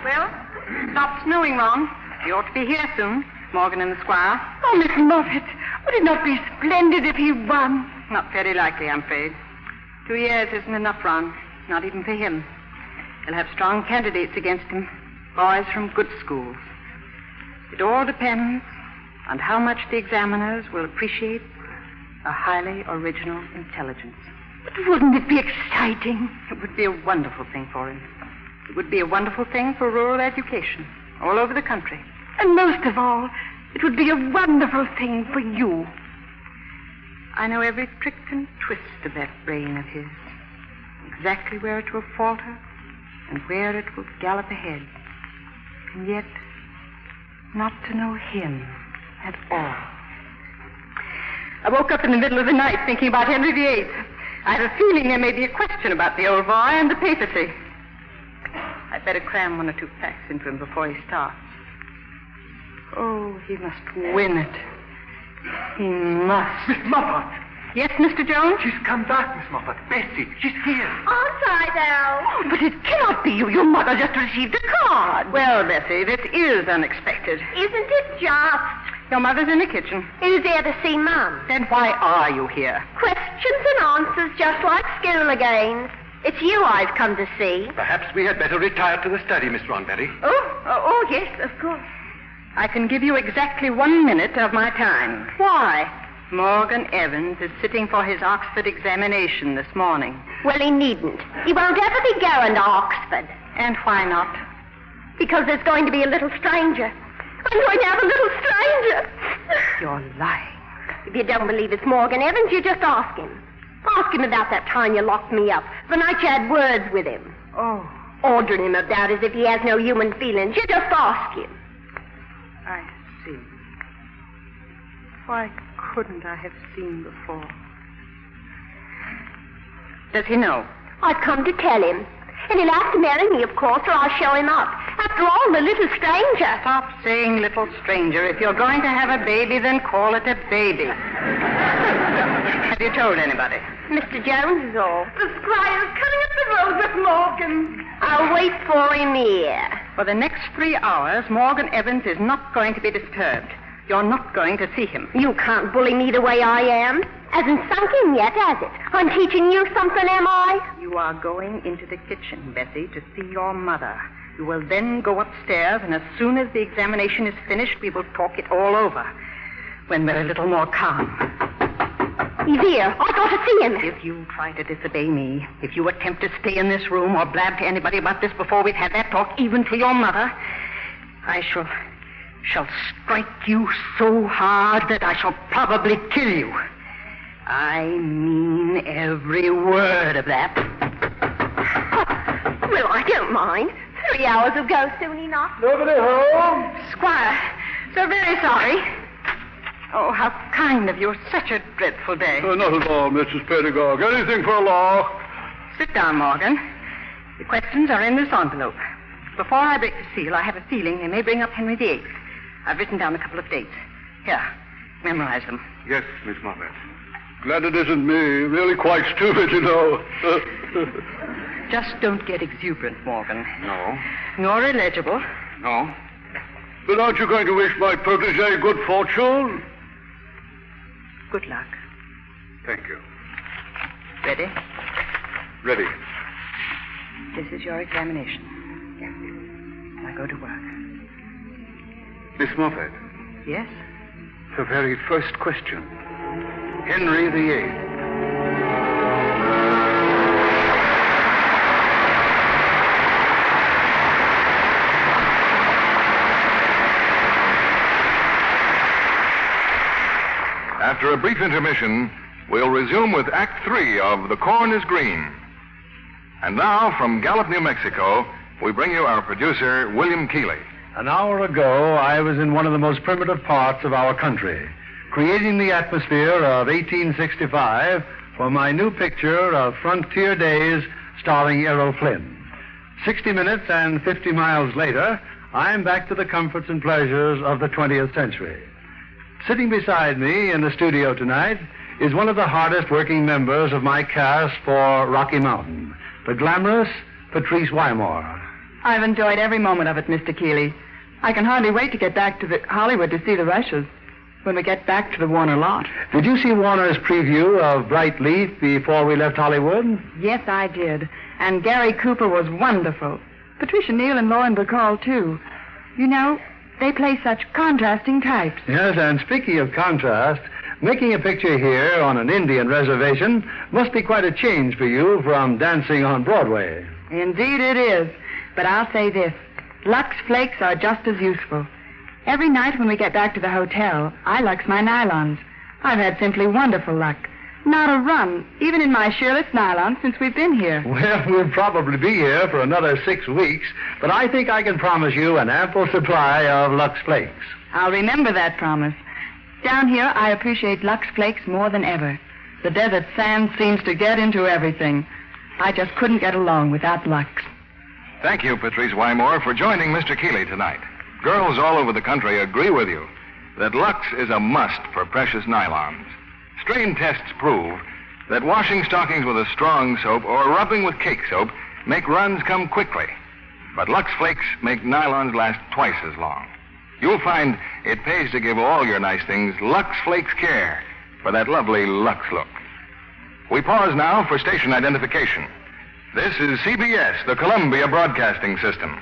Well, stop snowing, Ron. You ought to be here soon, Morgan and the Squire. Oh, Miss Moffat, would it not be splendid if he won? Not very likely, I'm afraid. Two years isn't enough, Ron. Not even for him. He'll have strong candidates against him, boys from good schools. It all depends on how much the examiners will appreciate a highly original intelligence. But wouldn't it be exciting? It would be a wonderful thing for him. It would be a wonderful thing for rural education all over the country. And most of all, it would be a wonderful thing for you. I know every trick and twist of that brain of his, exactly where it will falter and where it will gallop ahead. And yet, not to know him at all. I woke up in the middle of the night thinking about Henry VIII. I have a feeling there may be a question about the old boy and the papacy. I'd better cram one or two facts into him before he starts. Oh, he must win it. He must. Miss Moffat! Yes, Mr. Jones? She's come back, Miss Moffat. Bessie, she's here.
Aren't I, though?
Oh, but it cannot be you. Your mother just received a card. Well, Bessie, this is unexpected.
Isn't it just?
Your mother's in the kitchen.
Who's there to see Mum?
Then why are you here?
Questions and answers just like school again. It's you I've come to see.
Perhaps we had better retire to the study, Miss Ronberry.
Oh, oh, oh, yes, of course. I can give you exactly one minute of my time. Why? Morgan Evans is sitting for his Oxford examination this morning.
Well, he needn't. He won't ever be going to Oxford.
And why not?
Because there's going to be a little stranger. I'm going to have a little stranger.
You're lying.
If you don't believe it's Morgan Evans, you just ask him. Ask him about that time you locked me up. The night you had words with him.
Oh.
Ordering him about as if he has no human feelings. You just ask him.
I see.
Why couldn't I have seen before? Does he know?
I've come to tell him. And he'll have to marry me, of course, or I'll show him up. After all, I'm a little stranger.
Stop saying little stranger. If you're going to have a baby, then call it a baby. have you told anybody?
Mr. Jones is all.
The squire's coming up the road with Morgan.
I'll wait for him here.
For the next three hours, Morgan Evans is not going to be disturbed. You're not going to see him.
You can't bully me the way I am. Hasn't sunk in yet, has it? I'm teaching you something, am I?
You are going into the kitchen, Bessie, to see your mother. You will then go upstairs, and as soon as the examination is finished, we will talk it all over. When we're a little more calm.
He's here. I got to see him.
If you try to disobey me, if you attempt to stay in this room or blab to anybody about this before we've had that talk, even to your mother, I shall shall strike you so hard that I shall probably kill you. I mean every word of that.
Well, I don't mind. Three hours will go soon enough.
Nobody home?
Squire, so very sorry. Oh, how kind of you. Such a dreadful day.
Oh, not at all, Mrs. Pedagog. Anything for a law.
Sit down, Morgan. The questions are in this envelope. Before I break the seal, I have a feeling they may bring up Henry VIII. I've written down a couple of dates. Here, memorize them.
Yes, Miss Margaret.
Glad it isn't me. Really quite stupid, you know.
Just don't get exuberant, Morgan.
No.
You're illegible.
No.
But aren't you going to wish my protege good fortune?
Good luck.
Thank you.
Ready?
Ready.
This is your examination. I go to work.
Miss Moffat,
Yes?
the very first question. Henry VIII.
After a brief intermission, we'll resume with Act Three of The Corn is Green. And now, from Gallup, New Mexico, we bring you our producer, William Keeley.
An hour ago, I was in one of the most primitive parts of our country, creating the atmosphere of 1865 for my new picture of Frontier Days starring Errol Flynn. 60 minutes and 50 miles later, I'm back to the comforts and pleasures of the 20th century. Sitting beside me in the studio tonight is one of the hardest working members of my cast for Rocky Mountain, the glamorous Patrice Wymore.
I've enjoyed every moment of it, Mr. Keeley. I can hardly wait to get back to the Hollywood to see the rushes when we get back to the Warner lot.
Did you see Warner's preview of Bright Leaf before we left Hollywood?
Yes, I did. And Gary Cooper was wonderful. Patricia Neal and Lauren Bacall, too. You know, they play such contrasting types.
Yes, and speaking of contrast, making a picture here on an Indian reservation must be quite a change for you from dancing on Broadway.
Indeed it is. But I'll say this Lux flakes are just as useful. Every night when we get back to the hotel, I lux my nylons. I've had simply wonderful luck. Not a run, even in my sheerless nylon, since we've been here.
Well, we'll probably be here for another six weeks, but I think I can promise you an ample supply of Lux Flakes.
I'll remember that promise. Down here, I appreciate Lux Flakes more than ever. The desert sand seems to get into everything. I just couldn't get along without Lux.
Thank you, Patrice Wymore, for joining Mr. Keeley tonight. Girls all over the country agree with you that Lux is a must for precious nylons. Strain tests prove that washing stockings with a strong soap or rubbing with cake soap make runs come quickly. But Lux Flakes make nylons last twice as long. You'll find it pays to give all your nice things Lux Flakes care for that lovely Lux look. We pause now for station identification. This is CBS, the Columbia Broadcasting System.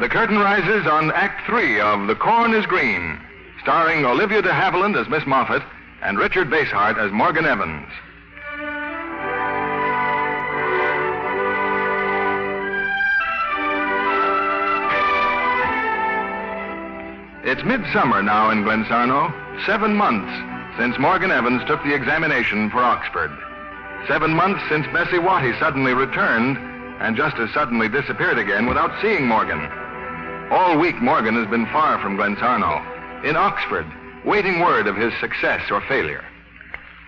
The curtain rises on Act Three of The Corn is Green, starring Olivia de Havilland as Miss Moffat and Richard Basehart as Morgan Evans. It's midsummer now in Glensarno, seven months since Morgan Evans took the examination for Oxford. Seven months since Bessie Watty suddenly returned and just as suddenly disappeared again without seeing Morgan. All week, Morgan has been far from Glensarno, in Oxford, waiting word of his success or failure.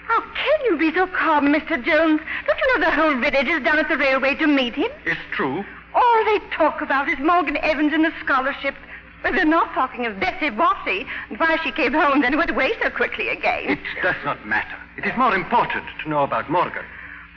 How can you be so calm, Mr. Jones? Don't you know the whole village is down at the railway to meet him?
It's true.
All they talk about is Morgan Evans and the scholarship. But they're not talking of Bessie Bossy and why she came home then went away so quickly again.
It does not matter. It is more important to know about Morgan.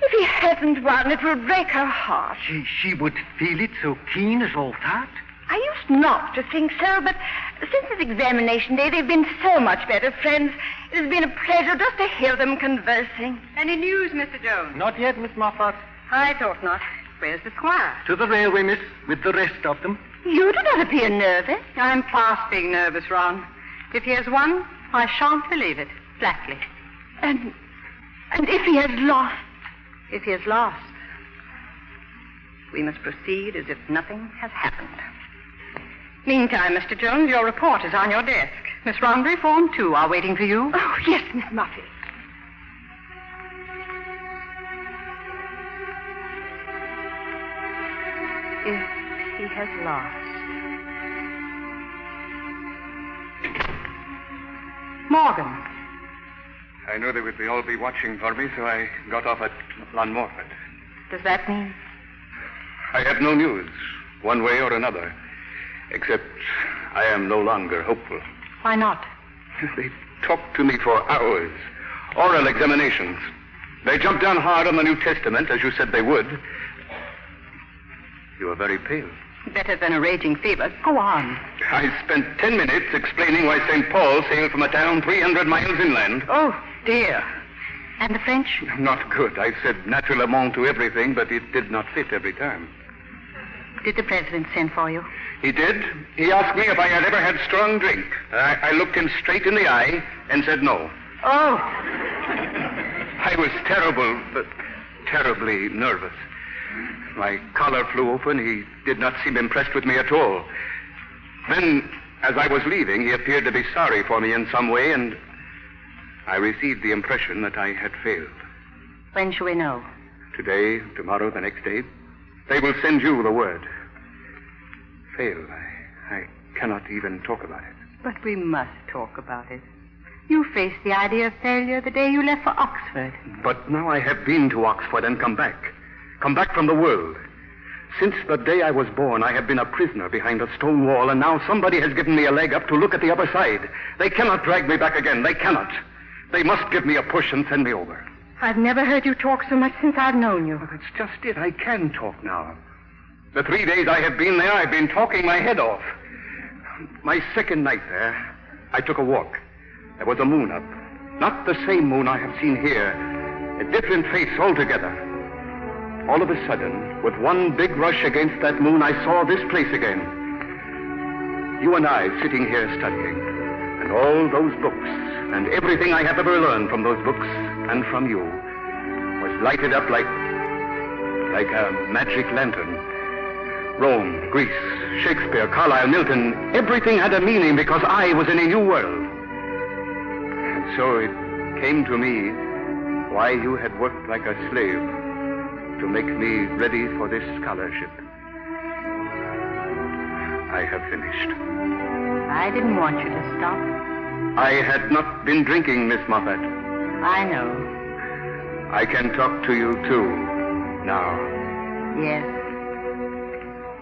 If he hasn't one, it will break her heart.
She, she would feel it so keen as all that.
I used not to think so, but since this examination day, they've been so much better friends. It has been a pleasure just to hear them conversing.
Any news, Mr. Jones?
Not yet, Miss Moffat.
I thought not. Where's the squire?
To the railway, miss, with the rest of them.
You do not appear nervous.
I'm past being nervous, Ron. If he has won, I shan't believe it, flatly.
And and if he has lost,
If he has lost, we must proceed as if nothing has happened. Meantime, Mr. Jones, your report is on your desk. Miss Ronbury, Form 2 are waiting for you.
Oh, yes, Miss Muffy.
If he has lost. Morgan.
I knew they would be all be watching for me, so I got off at Lanmorford.
Does that mean?
I have no news, one way or another, except I am no longer hopeful.
Why not?
They talked to me for hours. Oral examinations. They jumped down hard on the New Testament, as you said they would. You are very pale.
Better than a raging fever. Go on.
I spent ten minutes explaining why St. Paul sailed from a town 300 miles inland.
Oh, dear. And the French?
Not good. I said naturellement to everything, but it did not fit every time.
Did the president send for you?
He did. He asked me if I had ever had strong drink. I, I looked him straight in the eye and said no.
Oh,
I was terrible, but terribly nervous. My collar flew open. He did not seem impressed with me at all. Then, as I was leaving, he appeared to be sorry for me in some way, and I received the impression that I had failed.
When shall we know?
Today, tomorrow, the next day, they will send you the word. Fail. I, I cannot even talk about it.
But we must talk about it. You faced the idea of failure the day you left for Oxford.
But now I have been to Oxford and come back. Come back from the world. Since the day I was born, I have been a prisoner behind a stone wall, and now somebody has given me a leg up to look at the other side. They cannot drag me back again. They cannot. They must give me a push and send me over.
I've never heard you talk so much since I've known you.
that's just it. I can talk now. The three days I have been there, I've been talking my head off. My second night there, I took a walk. There was a moon up. Not the same moon I have seen here. A different face altogether. All of a sudden, with one big rush against that moon, I saw this place again. You and I sitting here studying, and all those books, and everything I have ever learned from those books and from you, was lighted up like, like a magic lantern. Rome, Greece, Shakespeare, Carlyle, Milton, everything had a meaning because I was in a new world. And so it came to me why you had worked like a slave to make me ready for this scholarship. I have finished.
I didn't want you to stop.
I had not been drinking, Miss Moffat.
I know.
I can talk to you too now.
Yes.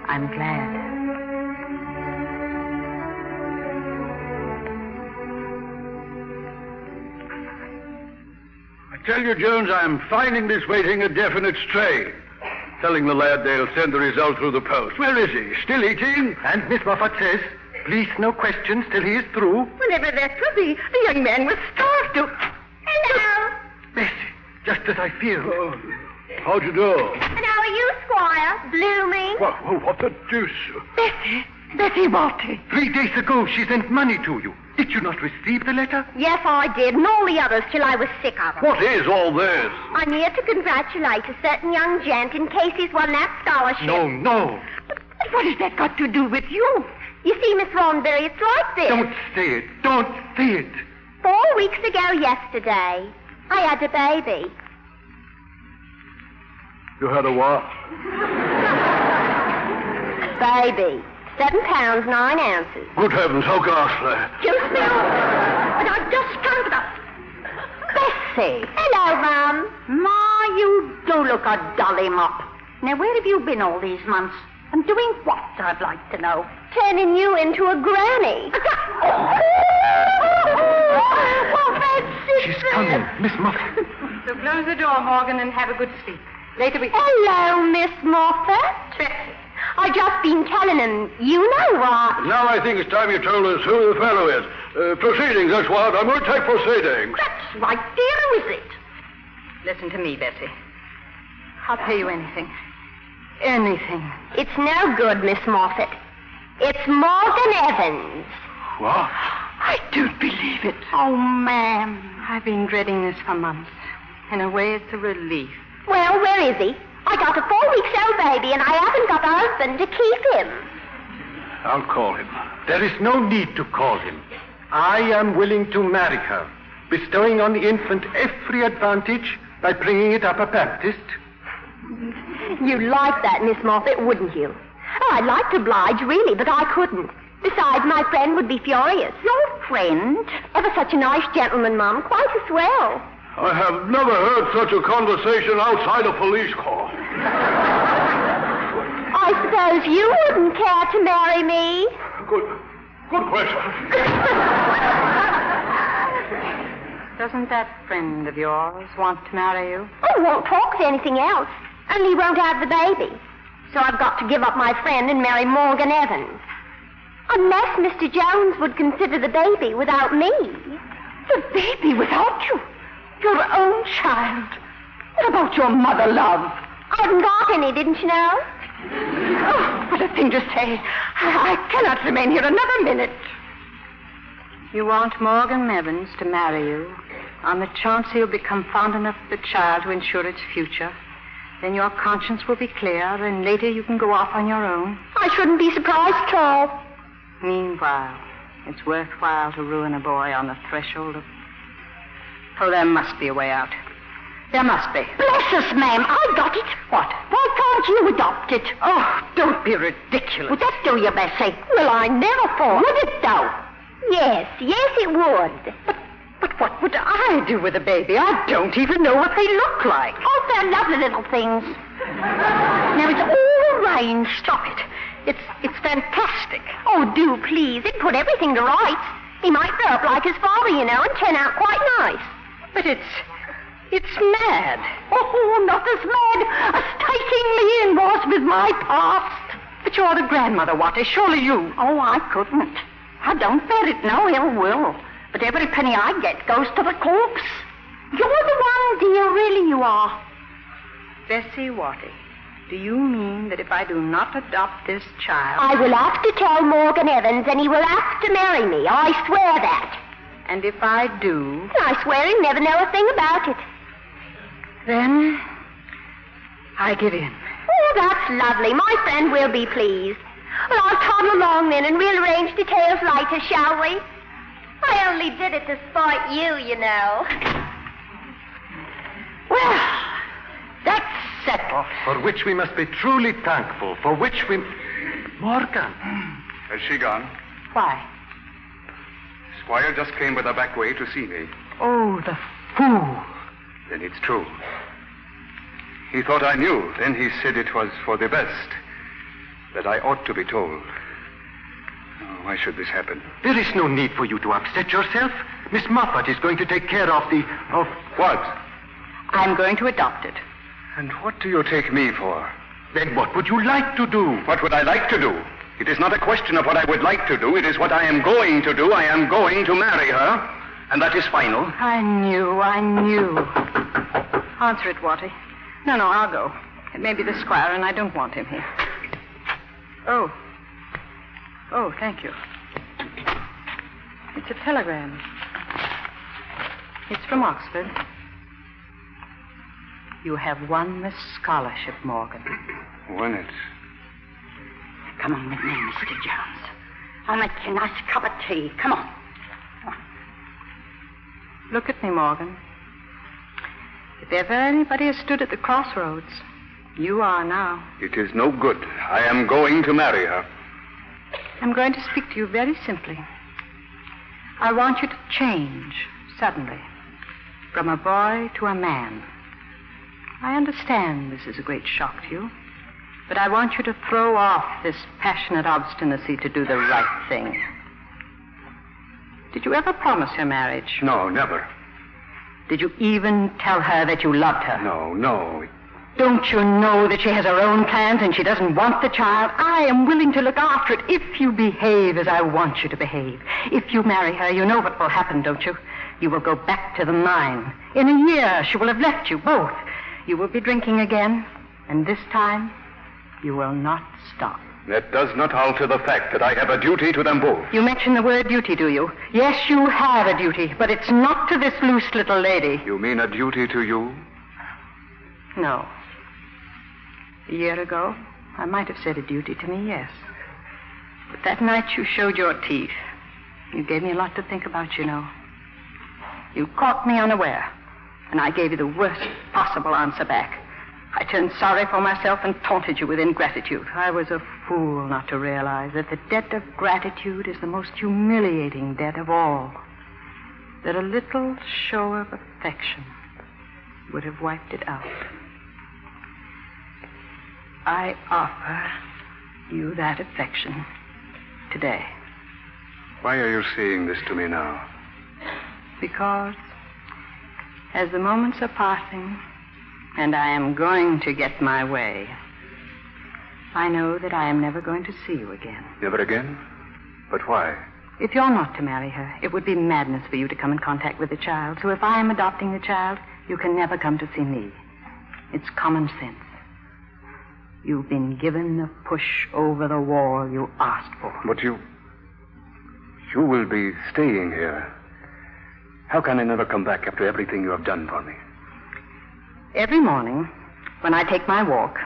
I'm glad.
I tell you, Jones, I'm finding this waiting a definite strain. Telling the lad they'll send the result through the post. Where is he? Still eating?
And Miss Moffat says, please no questions till he is through.
Whenever that will be, the young man will starve to. Hello.
Just as I feared.
How'd you do?
And how are you, Squire? Blooming.
What, what the deuce?
Bessie. Bessie Watty.
Three days ago, she sent money to you. Did you not receive the letter?
Yes, I did, and all the others till I was sick of 'em.
What is all this?
I'm here to congratulate a certain young gent in case he's won that scholarship.
No, no.
But what has that got to do with you?
You see, Miss Ronberry, it's like this.
Don't say it. Don't say it.
Four weeks ago yesterday, I had a baby.
You had a what?
Baby. Seven pounds, nine ounces.
Good heavens, how ghastly.
Do you feel? And I've just come to the... Bessie. Hello, Mum.
Ma, you do look a dolly mop. Now, where have you been all these months? And doing what, I'd like to know?
Turning you into a granny.
Oh,
She's coming, Miss Muffet.
So close the door, Morgan, and have a good sleep. Later we...
Hello, Miss Moffat. I just been telling 'em, you know what.
Now I think it's time you told us who the fellow is. Uh, proceedings, that's what. I'm going to take proceedings.
That's right, dear. Who is it? Listen to me, Bessie. I'll pay you anything. Anything.
It's no good, Miss Moffat. It's Morgan Evans.
What?
I don't believe it. Oh, ma'am. I've been dreading this for months. In a way, it's a relief.
Well, where is he? I got a four weeks old baby and I haven't got a husband to keep him.
I'll call him. There is no need to call him. I am willing to marry her, bestowing on the infant every advantage by bringing it up a Baptist.
You'd like that, Miss Moffat, wouldn't you? Oh, I'd like to oblige, really, but I couldn't. Besides, my friend would be furious. Your friend? Ever such a nice gentleman, Mum. Quite a swell.
I have never heard such a conversation outside a police car.
I suppose you wouldn't care to marry me.
Good, good question.
Doesn't that friend of yours want to marry you?
I won't talk of anything else. Only he won't have the baby. So I've got to give up my friend and marry Morgan Evans. Unless Mr. Jones would consider the baby without me. The baby without you? Your own child. What about your mother, love? I haven't got any, didn't you know? Oh,
What a thing to say. I, I cannot remain here another minute.
You want Morgan Evans to marry you on the chance he'll become fond enough of the child to ensure its future. Then your conscience will be clear, and later you can go off on your own.
I shouldn't be surprised at all.
Meanwhile, it's worthwhile to ruin a boy on the threshold of. Oh, there must be a way out. There must be.
Bless us, ma'am. I got it. What? Why can't you adopt it? Oh,
Don't be ridiculous.
would that do you, Bessie? Well, I never thought. Oh, Would it, though?
Yes, yes, it would.
But what would I do with a baby? I don't even know what they look like.
Oh, they're lovely little things. now, it's all arranged. Stop it. It's, it's fantastic.
Oh, do please. It put everything to rights. He might grow up like his father, you know, and turn out quite nice.
But it's. It's mad. Oh, not as mad as taking me in was with my past. But you're the grandmother, Watty. Surely you.
Oh, I couldn't. I don't bear it no ill will. But every penny I get goes to the corpse. You're the one, dear, really you are.
Bessie Watty, do you mean that if I do not adopt this child.
I will have to tell Morgan Evans, and he will have to marry me. Oh, I swear that.
And if I do,
I swear he'll never know a thing about it.
then I give in.
Oh, that's lovely. My friend will be pleased. Well, I'll toddle along then, and we'll arrange details later, shall we? I only did it to spite you, you know.
Well, that's settled.
For which we must be truly thankful, for which we. Morgan.
Has she gone?
Why?
Squire just came by the back way to see me.
Oh, the
Hmm,
fool.
Then it's true. He thought I knew. Then he said it was for the best. That I ought to be told. Oh, why should this happen?
There is no need for you to upset yourself. Miss Moffat is going to take care of the. of. What?
I'm going to adopt it.
And what do you take me for?
Then what would you like to do?
What would I like to do? It is not a question of what I would like to do. It is what I am going to do. I am going to marry her. And that is final.
I knew, I knew. Answer it, Watty. No, no, I'll go. It may be the squire, and I don't want him here. Oh. Oh, thank you. It's a telegram. It's from Oxford. You have won the scholarship, Morgan.
When it
Come on with me, Mr. Jones.
I'll make you a nice cup of tea. Come on.
Look at me, Morgan. If ever anybody has stood at the crossroads, you are now.
It is no good. I am going to marry her.
I'm going to speak to you very simply. I want you to change suddenly from a boy to a man. I understand this is a great shock to you, but I want you to throw off this passionate obstinacy to do the right thing. Did you ever promise her marriage?
No, never.
Did you even tell her that you loved her?
No, no.
Don't you know that she has her own plans and she doesn't want the child? I am willing to look after it if you behave as I want you to behave. If you marry her, you know what will happen, don't you? You will go back to the mine. In a year, she will have left you both. You will be drinking again, and this time, you will not stop.
That does not alter the fact that I have a duty to them both.
You mention the word duty, do you? Yes, you have a duty, but it's not to this loose little lady.
You mean a duty to you?
No. A year ago, I might have said a duty to me, yes. But that night you showed your teeth. You gave me a lot to think about, you know. You caught me unaware, and I gave you the worst possible answer back. I turned sorry for myself and taunted you with ingratitude. I was a fool not to realize that the debt of gratitude is the most humiliating debt of all. That a little show of affection would have wiped it out. I offer you that affection today
Why are you saying this to me now?
because as the moments are passing and I am going to get my way, I know that I am never going to see you again.
Never again? But why?
If you're not to marry her, it would be madness for you to come in contact with the child. So if I am adopting the child, you can never come to see me. It's common sense. You've been given the push over the wall you asked for.
But you. You will be staying here. How can I never come back after everything you have done for me?
Every morning, when I take my walk,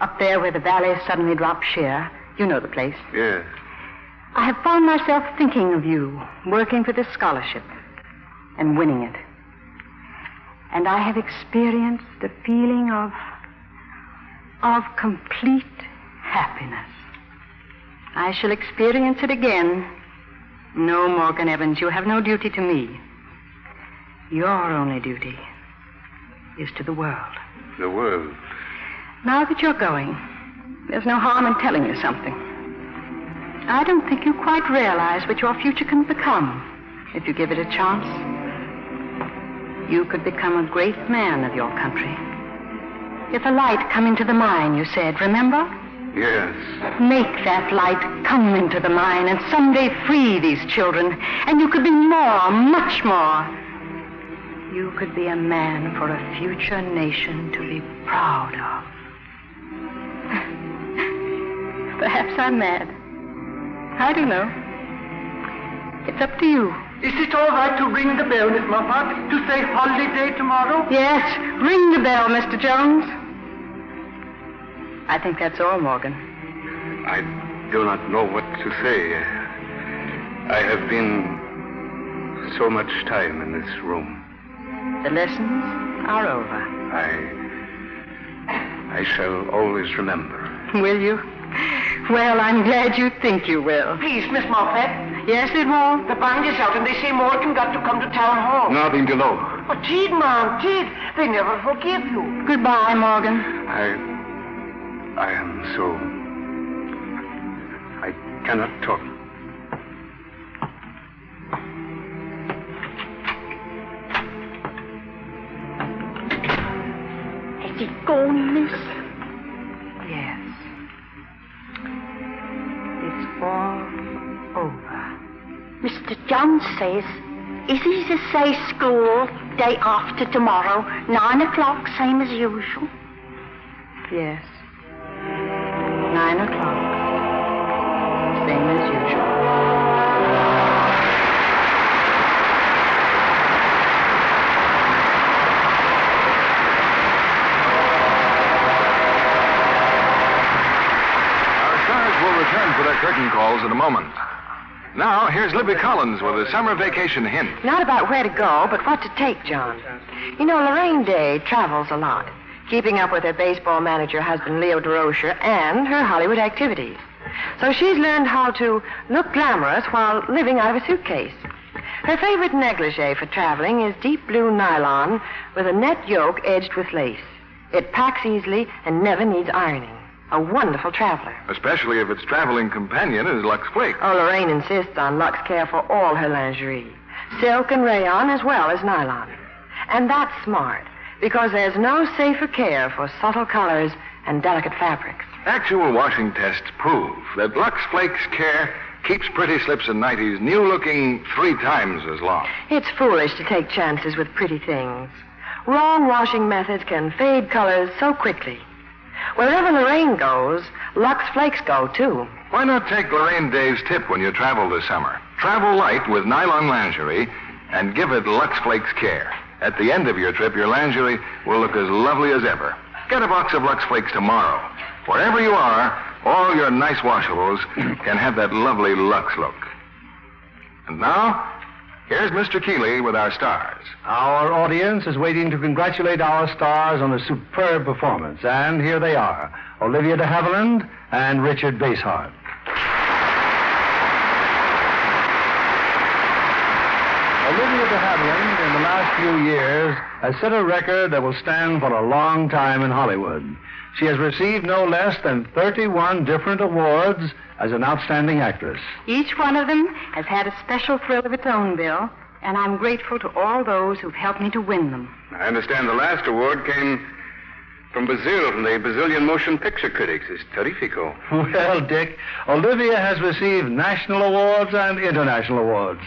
up there where the valley suddenly drops sheer, you know the place,
Yes.
I have found myself thinking of you, working for this scholarship, and winning it. And I have experienced the feeling of. of complete happiness. I shall experience it again. No, Morgan Evans, you have no duty to me. Your only duty is to the world.
The world.
Now that you're going, there's no harm in telling you something. I don't think you quite realize what your future can become if you give it a chance. You could become a great man of your country. If a light come into the mine, you said, remember?
Yes.
Make that light come into the mine and someday free these children, and you could be more, much more. You could be a man for a future nation to be proud of. Perhaps I'm mad. I don't know. It's up to you.
Is it all right to ring the bell, Miss Moffat, to say holiday tomorrow?
Yes, ring the bell, Mr. Jones. I think that's all, Morgan.
I do not know what to say. I have been so much time in this room.
The lessons are over.
I. I shall always remember.
Will you? Well, I'm glad you think you will.
Please, Miss Moffat.
Yes, Edmond?
The band is out and they say Morgan got to come to town hall.
Nothing below.
But Teed, ma'am, Teed, they never forgive you.
Goodbye, Morgan.
I. I am so. I cannot talk.
Has he gone, miss? Yes. It's all over.
Mr. Jones says, is he to say school day after tomorrow, nine o'clock, same as usual?
Yes. Nine o'clock. Same as usual.
Our stars will return for their curtain calls in a moment. Now, here's Libby Collins with a summer vacation hint.
Not about where to go, but what to take, John. You know, Lorraine Day travels a lot, keeping up with her baseball manager husband, Leo DeRocher, and her Hollywood activities. So she's learned how to look glamorous while living out of a suitcase. Her favorite negligee for traveling is deep blue nylon with a net yoke edged with lace. It packs easily and never needs ironing. A wonderful traveler.
Especially if its traveling companion is Lux Flake.
Oh, Lorraine insists on Lux Care for all her lingerie silk and rayon as well as nylon. And that's smart, because there's no safer care for subtle colors and delicate fabrics.
Actual washing tests prove that Lux Flakes Care keeps pretty slips and nighties new looking three times as long.
It's foolish to take chances with pretty things. Wrong washing methods can fade colors so quickly. Wherever Lorraine goes, Lux Flakes go too.
Why not take Lorraine Dave's tip when you travel this summer? Travel light with nylon lingerie and give it Lux Flakes Care. At the end of your trip, your lingerie will look as lovely as ever. Get a box of Lux Flakes tomorrow. Wherever you are, all your nice washables can have that lovely Lux look. And now, here's Mr. Keeley with our stars.
Our audience is waiting to congratulate our stars on a superb performance, and here they are Olivia de Havilland and Richard Basehart. Olivia de Havilland, in the last few years, has set a record that will stand for a long time in Hollywood. She has received no less than 31 different awards as an outstanding actress.
Each one of them has had a special thrill of its own, Bill, and I'm grateful to all those who've helped me to win them.
I understand the last award came from Brazil, from the Brazilian motion picture critics. It's terrifico.
Well, Dick, Olivia has received national awards and international awards.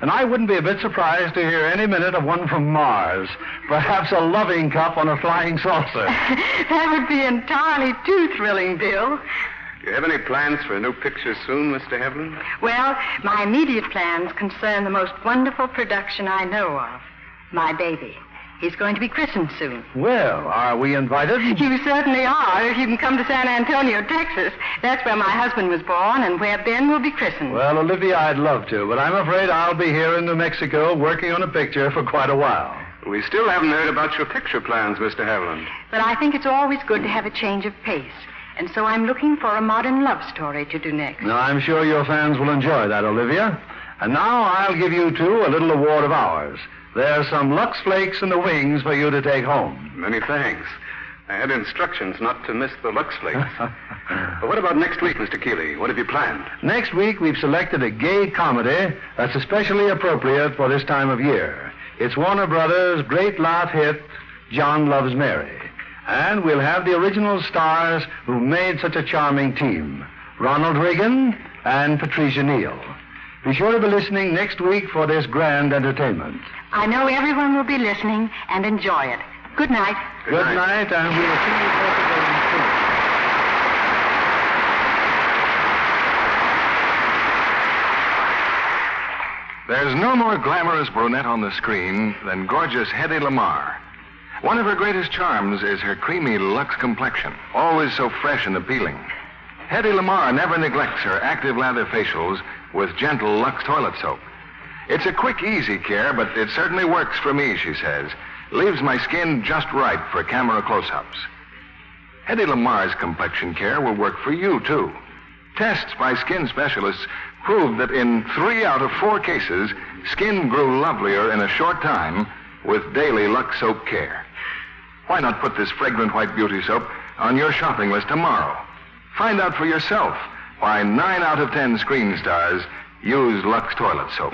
And I wouldn't be a bit surprised to hear any minute of one from Mars. Perhaps a loving cup on a flying saucer.
That would be entirely too thrilling, Bill.
Do you have any plans for a new picture soon, Mr. Haviland?
Well, my immediate plans concern the most wonderful production I know of my baby. He's going to be christened soon.
Well, are we invited?
You certainly are, if you can come to San Antonio, Texas. That's where my husband was born and where Ben will be christened.
Well, Olivia, I'd love to, but I'm afraid I'll be here in New Mexico working on a picture for quite a while.
We still haven't heard about your picture plans, Mr. Haviland.
But I think it's always good to have a change of pace. And so I'm looking for a modern love story to do next.
Now, I'm sure your fans will enjoy that, Olivia. And now I'll give you two a little award of ours. There's some Lux Flakes in the wings for you to take home.
Many thanks. I had instructions not to miss the Lux Flakes. but what about next week, Mr. Keeley? What have you planned?
Next week, we've selected a gay comedy that's especially appropriate for this time of year. It's Warner Brothers' great laugh hit, John Loves Mary. And we'll have the original stars who made such a charming team Ronald Reagan and Patricia Neal. Be sure to be listening next week for this grand entertainment.
I know everyone will be listening and enjoy it. Good night.
Good, night. and we'll see you both again soon.
There's no more glamorous brunette on the screen than gorgeous Hedy Lamar. One of her greatest charms is her creamy luxe complexion, always so fresh and appealing. Hedy Lamar never neglects her active lather facials with gentle Lux toilet soap. It's a quick, easy care, but it certainly works for me, she says. Leaves my skin just right for camera close ups. Hedy Lamar's complexion care will work for you, too. Tests by skin specialists prove that in three out of four cases, skin grew lovelier in a short time with daily Lux soap care. Why not put this fragrant white beauty soap on your shopping list tomorrow? Find out for yourself why nine out of ten screen stars use Lux toilet soap.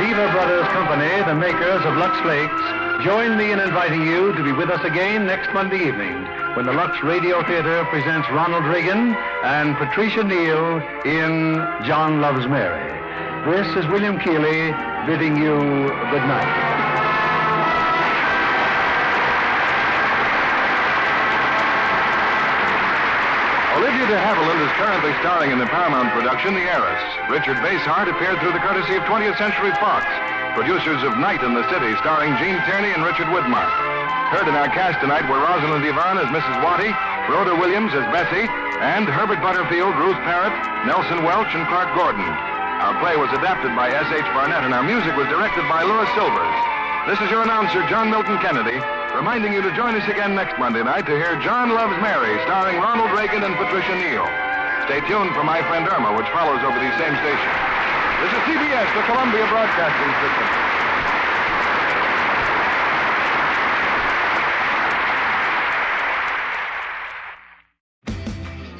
Lever Brothers Company, the makers of Lux Flakes, join me in inviting you to be with us again next Monday evening when the Lux Radio Theater presents Ronald Reagan and Patricia Neal in John Loves Mary. This is William Keeley bidding you good night.
Olivia de Havilland is currently starring in the Paramount production The Heiress. Richard Basehart appeared through the courtesy of 20th Century Fox. producers of Night in the City, starring Gene Tierney and Richard Widmark. Heard in our cast tonight were Rosalind Yvonne as Mrs. Waddy, Rhoda Williams as Bessie, and Herbert Butterfield, Ruth Parrott, Nelson Welch, and Clark Gordon. Our play was adapted by S.H. Barnett, and our music was directed by Louis Silvers. This is your announcer, John Milton Kennedy, reminding you to join us again next Monday night to hear John Loves Mary, starring Ronald Reagan and Patricia Neal. Stay tuned for My Friend Irma, which follows over these same stations. This is CBS, the Columbia Broadcasting System.